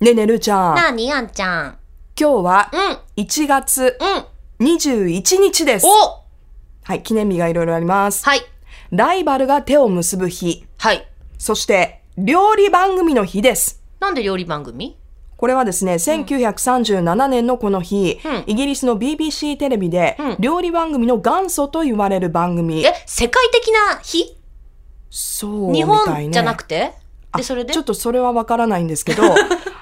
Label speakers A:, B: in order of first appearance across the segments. A: ねえねるちゃん、
B: なあにあんちゃん。
A: 今日は
B: うん、うん。
A: 1月21日です。
B: お
A: はい、記念日がいろいろあります。
B: はい。
A: ライバルが手を結ぶ日、
B: はい。
A: そして料理番組の日です。
B: なんで料理番組
A: これはですね、1937年のこの日、
B: うん
A: イギリスの BBC テレビで、
B: うん
A: 料理番組の元祖と言われる番組
B: え。、世界的な日
A: そうみ
B: 日
A: たいね。
B: 本じゃなくて
A: あ
B: で、それで
A: ちょっとそれはわからないん ですけど、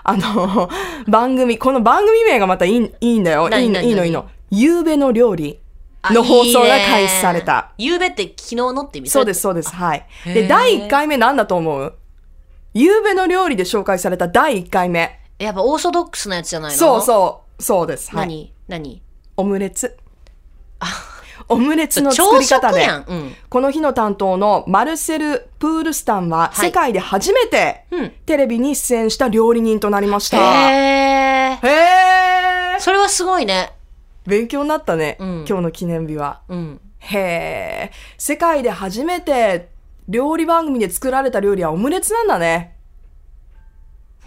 A: あの、番組、この番組名がまたいいいいんだよ。い
B: 何
A: いの、
B: 何
A: いいの、
B: 何
A: いいの。夕べの料理
B: あ
A: の放送
B: いい
A: が
B: ね
A: 開始された。
B: ゆうべって昨日のって意味
A: そうです、
B: れ
A: そうです。はい。
B: へ
A: で、
B: ー
A: 第1回目なんだと思う夕べの料理で紹介された第1回目。
B: やっぱオーソドックスなやつじゃないの
A: そうそう、そうです。はい。
B: 何何
A: オムレツ。オムレツの作
B: 朝
A: り方
B: 食
A: で
B: や。ん。うん。
A: この日の担当のマルセル・プールスタンは、
B: はい
A: 世界で初めて
B: うん
A: テレビに出演した料理人となりました。
B: へー。
A: へー
B: それはすごいね。
A: 勉強になったね、
B: うん
A: 今日の記念日は。
B: うん。
A: へー世界で初めて料理番組で作られた料理はオムレツなんだね。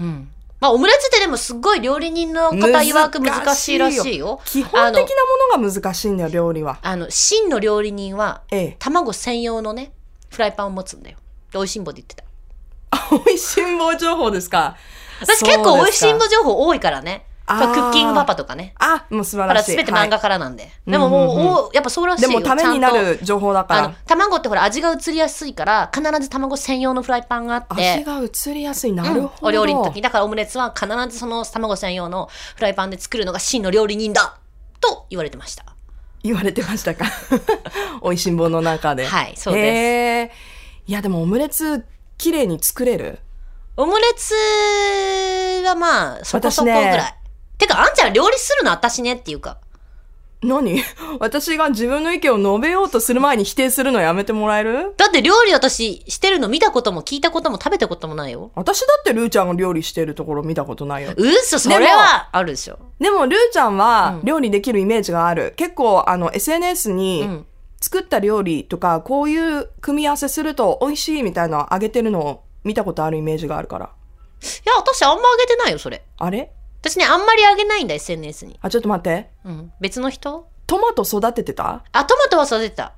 B: うん。まあ、オムレツってでもすっごい料理人の方曰く難しいらしいよ。
A: 基本的なものが難しいんだよ、料理 は。
B: あの、あの真の料理人は、
A: ええ。
B: 卵専用のね、フライパンを持つんだよ。で美味しんぼで言ってた。
A: 美味しん坊情報ですか。
B: 私結構美味しん
A: そうですか
B: ぼ情報多いからね。
A: あー
B: まあクッキングパパとかね。
A: あ、もう素晴
B: だからら
A: しい。
B: 全て
A: は
B: 漫
A: い
B: 画からなんで。でももう、
A: うんうん
B: おやっぱそうらしい
A: で
B: よ。
A: もためにな
B: ちゃんと
A: る情報だか
B: あ
A: ら
B: の。卵ってほら味が移りやすいから必ず卵専用のフライパンがあっ
A: 味
B: て
A: が移りやすい。な
B: う
A: る
B: ん
A: ほど。
B: お料理の時だからオムレツは必ずその卵専用のフライパンで作るのが真の料理人だと言われてました
A: 言われてましたか 美味しん坊の中で。
B: はいそうです
A: へーいや、でもオムレツ、綺麗に作れる
B: オムレツはまあそこそこぐ
A: 私
B: らい、
A: ね
B: てかあんちゃん料理するの私ねっていうか
A: 何私が自分の意見を述べようとする前に否定するのやめてもらえる
B: だって料理私してるの見たことも聞いたことも食べたこともないよ
A: 私だってルーちゃんが料理してるところ見たことないよ。
B: うっそそれはあるでしょ
A: でもルーちゃんは
B: うん
A: 料理できるイメージがある。結構あの SNS
B: う
A: に
B: ん
A: 作った料理とかこういう組み合わせすると美味しいみたいなのあげてるのを見たことあるイメージがあるから。
B: いや私あんまあげてないよそれ
A: あれ
B: 私ねあんまりあげないんだ SNS に、
A: あ、ちょっと待って。
B: うん、別の人
A: トマト育ててた
B: あトマトは育ててた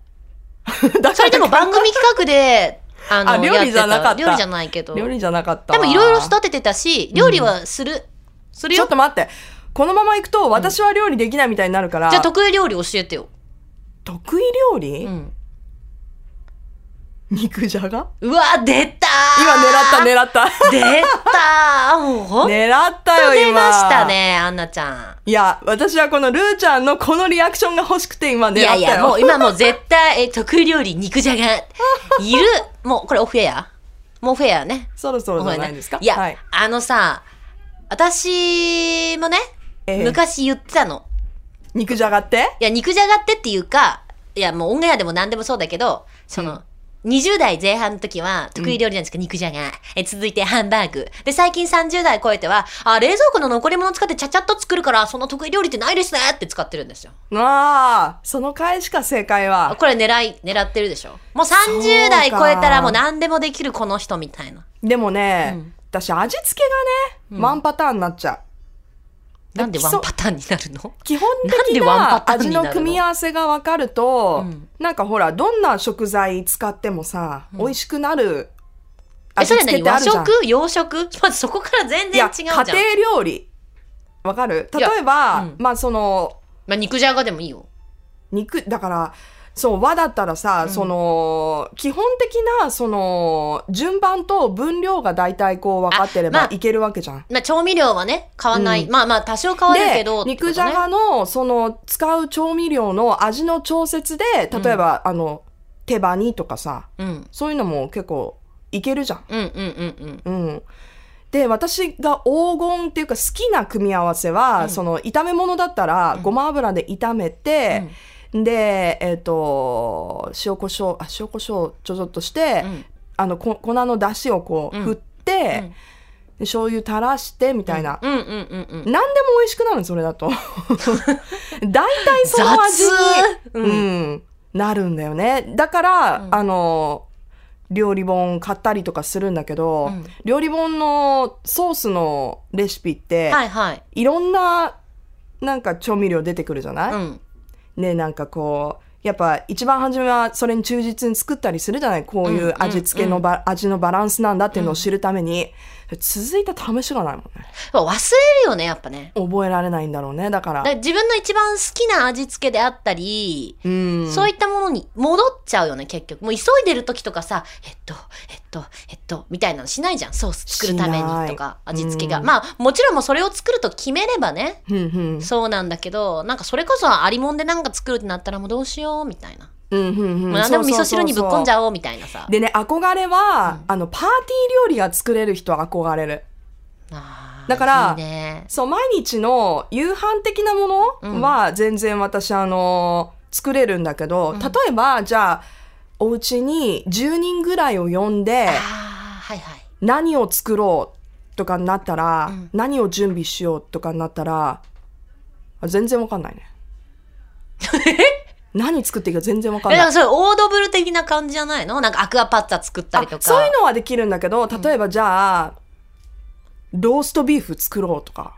A: だから
B: それでも番組企画 で、あの、
A: あ料理じゃなかった
B: やて料理じゃないけど。
A: 料理じゃなかったわ。
B: 多分いろいろ育ててたし、料理はする。する
A: ちょ
B: よ
A: っ。と待って。このまま行くと私は料理できないみたいになるから。
B: じゃあ得意料理教えてよ。
A: 得意料理、
B: うん。
A: 肉じゃが
B: うわ、出た
A: 今
B: ー
A: 狙 った狙っ
B: 出たーもうほ
A: た
B: んと
A: 狙ったよ
B: 出
A: 今
B: ましたね、アンナちゃ
A: いや私はこのルーちゃんのこのリアクションが欲しくて今狙っ
B: ん。
A: たよ
B: いや いや、もう今もう絶対、え、得意料理、肉じゃが。いる。もう、これオフエアもうオフエアね。
A: そろそろじ
B: ごめ
A: ゃ
B: ん
A: な
B: ね
A: いですか
B: や、
A: はい
B: あのさ、私もね、
A: ええ
B: 昔言ってたの。
A: 肉じゃがって
B: いや、肉じゃがってっていうか、いや、もうオンエアでも何でもそうだけど、その、20代前半の時は、得意料理なんですか、肉じゃが。え、続いてハンバーグ。で、最近30代超えては、あ、冷蔵庫の残り物使ってちゃちゃっと作るから、その得意料理ってないですねって使ってるんですよ。
A: ああその回しか正解は
B: これ狙い、狙ってるでしょ。もう
A: そう
B: 30
A: か
B: 代超えたらもう何でもできるこの人みたいな。
A: でもね、
B: うん
A: 私味付けがねワンパターンになっちゃう、
B: なんでワンパターンになるの
A: 基本
B: なん
A: 的
B: でワンパ
A: な
B: ターン
A: 味
B: になる
A: の
B: の
A: 組み合わせが分かると、
B: うん
A: なんかほらどんな食材使ってもさ、美味しくなる
B: え、
A: 味
B: それ
A: 付け
B: 何
A: ってあ
B: 和
A: るじゃん
B: 食洋食まずそこから全
A: い
B: 然違
A: や
B: うじ
A: 家
B: ゃん。
A: 庭料理わかる
B: い
A: 例
B: や
A: えば、
B: うん
A: まあその
B: まあ、肉じゃがでもいいよ。
A: 肉だからそう和だったらさ、
B: ん
A: その基本的なその順番と分量が大体こう分かってれば
B: あまあ
A: いけるわけじゃん。
B: まあ、調味料はね、変わんない。
A: うん
B: まあまあ、多少変わるけど、
A: で肉じゃ
B: ってこ
A: がのその使う調味料の味の調節で例えば、あの手羽にとかさ
B: とね。うん。
A: そういうのも結構いけるじゃん。
B: うんうんうんうん。
A: うん。で、私が黄金っていうか好きな組み合わせは、
B: うん
A: その炒め物だったらごま油で炒めて、で、えっ、と、塩コショウ、あ、塩コショウちょちょっとして、
B: うん
A: あの、こ粉の出汁をこう
B: うん
A: 振って、
B: うん
A: で醤油垂らしてみたいな。
B: うんうんうんうんうん。
A: 何でも美味しくなるそれだ と。大体その味に、
B: 雑う。
A: うんん、なるんだよね。だから、
B: うん
A: あの、料理本買ったりとかするんだけど、
B: うん
A: 料理本のソースのレシピって、
B: はいはい。
A: いろんななんか調味料出てくるじゃない、
B: うん。
A: ねなんかこうやっぱ一番初めはそれに忠実に作ったりするじゃないこういう味付けのば、味のバランスなんだっていうのを知るために、続いた試しがないもんね
B: 忘れるよね、やっぱね。
A: 覚えられないんだろうねだから
B: だから自分の一番好きな味付けであったり、
A: うん
B: そういったものに戻っちゃうよね、結局。もう急いでる時とかさ、えっと、えっと、えっと、みたいなのしないじゃん。ソース作るため
A: しな
B: に
A: い
B: とか、味付けが。
A: うん
B: まあ、もちろんもうそれを作ると決めればね、
A: うんうん
B: そうなんだけど、なんかそれこそありもんでなんか作るってなったらもうどうしよう、みたいな。
A: うんうんうん
B: もう何でも味噌汁にぶっこんじ
A: ゃ
B: ゃおう、みたいなさ。
A: でね憧れは、あのパーティー料理が作れる人は憧れる
B: あー
A: だから
B: いいね。
A: そう毎日の夕飯的なものは全然私、あの作れるんだけど、例えばじゃあお家に10人ぐらいを呼んで
B: ああ、はいはい。
A: 何を作ろうとかになったら、
B: ん
A: 何を準備しようとかになったらあ全然わかんない ね何作っていいか全然わかん
B: え、だか
A: ない
B: らそれオードブル的な感じじゃないのなんかアクアパッツァ作ったりと
A: あ
B: か。
A: そういうのはできるんだけど例えばじゃあ、ローストビーフ作ろうとか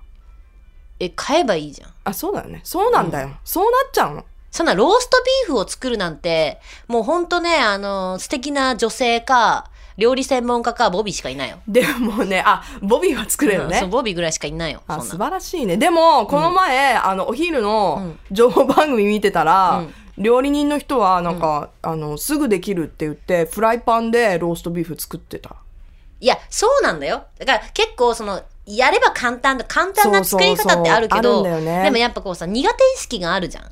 B: え、買えばいいじゃん。
A: あそうだよねそうなんだよ、そうなっちゃうの
B: そんなローストビーフを作るなんて、もうほんとね、あの、素敵な女性か、料理専門家か、ボビーしかいないよ。
A: でもねあボビーは作れる
B: うんそ
A: ね、
B: うボビーぐらいしかいないよ。
A: あ
B: そん
A: 素
B: な。
A: 晴らしいねでもこの前、あのお昼の
B: ん
A: 情報番組見てたら、
B: うん
A: 料理人の人はなんか、あのすぐできるって言ってフライパンでローストビーフ作ってた
B: いや、そうなんだよ。だから結構その、やれば簡単だ、簡単な作り
A: そうそうそ
B: 方
A: う
B: ってある
A: あ
B: けど、
A: るんだよね
B: でもやっぱこうさ、苦手意識があるじゃん。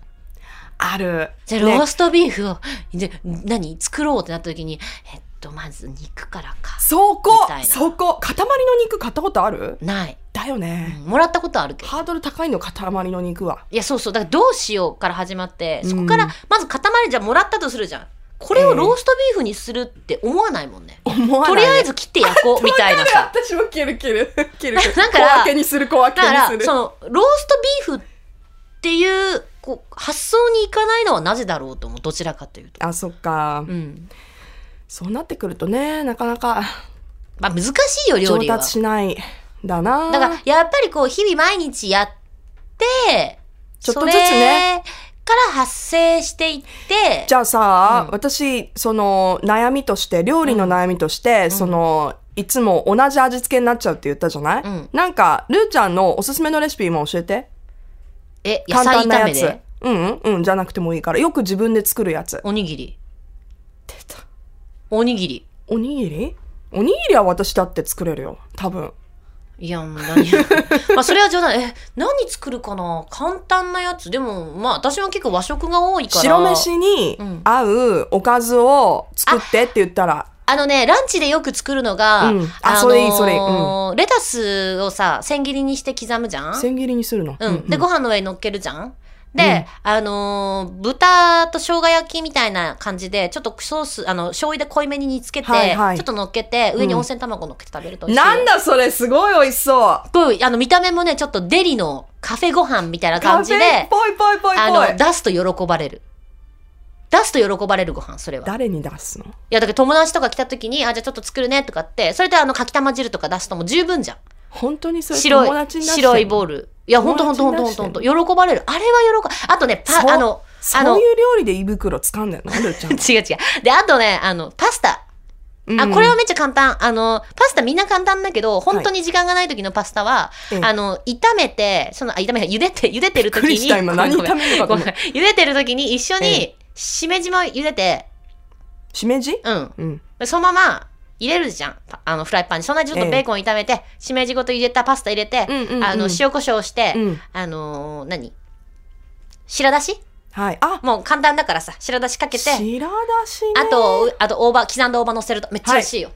A: ある
B: じゃあ、ロー
A: ね
B: ストビーフを、じゃあ何作ろうってなった時に、えっと、まず肉からか。
A: そこ
B: みたいな
A: そこ塊の肉買ったことある
B: ない。
A: だよね、
B: もらったことあるけど。
A: ハードル高いの塊の肉はい
B: や、そうそう。だから、どうしようから始まって、そこか
A: うん
B: ら、まず塊じゃあもらったとするじゃん。これをローストビーフにするって思わないもんね。
A: 思わない
B: とりあえず切って焼 こう、みたいなさ。
A: 私も切る切 る切る切る
B: だから
A: 小分けにする小分け
B: だか
A: に
B: ら、
A: する
B: その、ローストビーフっていう、こう、発想にいかないのはなぜだろうと思う。どちらかというと。
A: あそっか、
B: うん。
A: そうなってくるとねなかなか
B: まあ、難しいよ、料
A: 上
B: 理は。
A: 達しないだな
B: だから、やっぱりこう、日々毎日やって、
A: ちょっとずつね。
B: から発生していって、
A: じゃあさ、
B: うん
A: 私その悩みとして料理の悩みとして、そのいつも同じ味付けになっちゃうって言ったじゃない、
B: うん
A: なんかルーちゃんのおすすめのレシピも教えて
B: え、野菜炒めで、
A: うんうんうんじゃなくてもいいからよく自分で作るやつ
B: おにぎり。
A: 出た
B: おにぎり。
A: おにぎりおにぎりは私だって作れるよ多分
B: いや、もう何 まあ、それは冗談。え、何作るかな簡単なやつ。でも、まあ、私は結構和食が多いから。
A: 白飯に
B: うん
A: 合うおかずを作ってって言ったら
B: あのね、ランチでよく作るのが、
A: うんあそれいいそれいいうん
B: レタスをさ、千切りにして刻むじゃん
A: 千切りにするの、
B: うん。で、ご飯の上に乗っけるじゃんで、あのー豚と生姜焼きみたいな感じで、ちょっとソース、あの、醤油で濃いめに煮つけて、
A: はいはい
B: ちょっと乗っけて、上に
A: うん
B: 温泉卵乗っけて食べると美味しいよ
A: なんだそれすごい美味しそう
B: すごい、あの、見た目もね、ちょっとデリのカフェご飯みたいな感じ
A: カフェ
B: で、
A: ぽいぽいぽいぽい
B: あの、出すと喜ばれる。出すと喜ばれるご飯、それは。い
A: 誰に出すの
B: や、だけど友達とか来た時に、あ、じゃあちょっと作るねとかって、それであの、かきたま汁とか出すともう十分じゃん。
A: 本当にそれ友
B: 白い、
A: 達に出して
B: 白いボール。いや、ほんとほんとほんと
A: 友
B: ほん
A: 達
B: と
A: に
B: ほん
A: 出
B: と。喜ばれる。あれは喜ば、あとね、
A: そう
B: パ、あの、あ
A: そ
B: の
A: う、いう料理で胃袋掴んでんのルーちゃん
B: 違う違う。で、あとね、あの、パスタ。あ、これはめっちゃ簡単。あの、パスタみんな簡単だけど、本当に時間がない時のパスタは、
A: ええ
B: あの、炒めて、その、あ、炒め、茹でて、茹でてる時
A: びっくり
B: に、
A: した今
B: ごめん
A: 何炒めるかと
B: ご
A: 思
B: めん
A: っ
B: ごめん茹でてる時に一緒
A: え
B: に、しめじも茹でて、
A: しめじ
B: うん。
A: うん
B: でそのまま、入れるじゃん。パあの、フライパンに。そんなにちょっ
A: え
B: と
A: え
B: ベーコン炒めて、しめじごと入れたパスタ入れて、
A: うんうんうん
B: あの、塩コショウして、
A: うん
B: あのー何白だし
A: はいあ
B: もう簡単だからさ、白だしかけて、
A: 白だしね
B: あと、あと、大葉、刻んだ大葉乗せると、めっちゃ美味しいよ。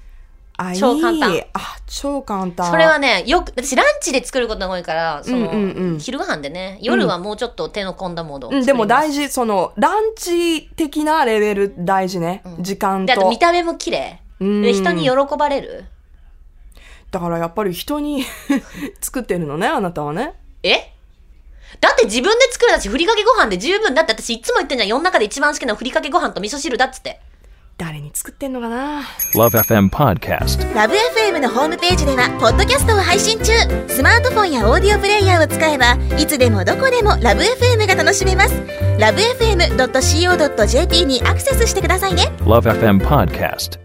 A: あ
B: 超簡単
A: いいあ超簡単
B: それはね、よく、私ランチで作ることが多いから、その、
A: うんうんうん
B: 昼ご飯でね、夜はもうちょっと手の込んだもの
A: う
B: を作りま
A: ん
B: す。
A: でも大事そのランチ的なレベル大事ね時間
B: で、あと見
A: と
B: た目も綺麗。
A: うん
B: で、人に喜ばれる。
A: だからやっぱり人に 作ってるのねあなたはね
B: えだって自分で作るだし、ふりかけご飯で十分だって私いつも言ってんじゃん。世の中で一番好きなのはふりかけご飯と味噌汁だっつって。
A: 誰に作ってんのかな
C: Love FM Podcast.
D: ラブ f m のホームページではポッドキャストを配信中スマートフォンやオーディオプレイヤーを使えばいつでもどこでもラブ f m が楽しめますラブ FM.co.jp にアクセスしてくださいね
C: Love FM Podcast.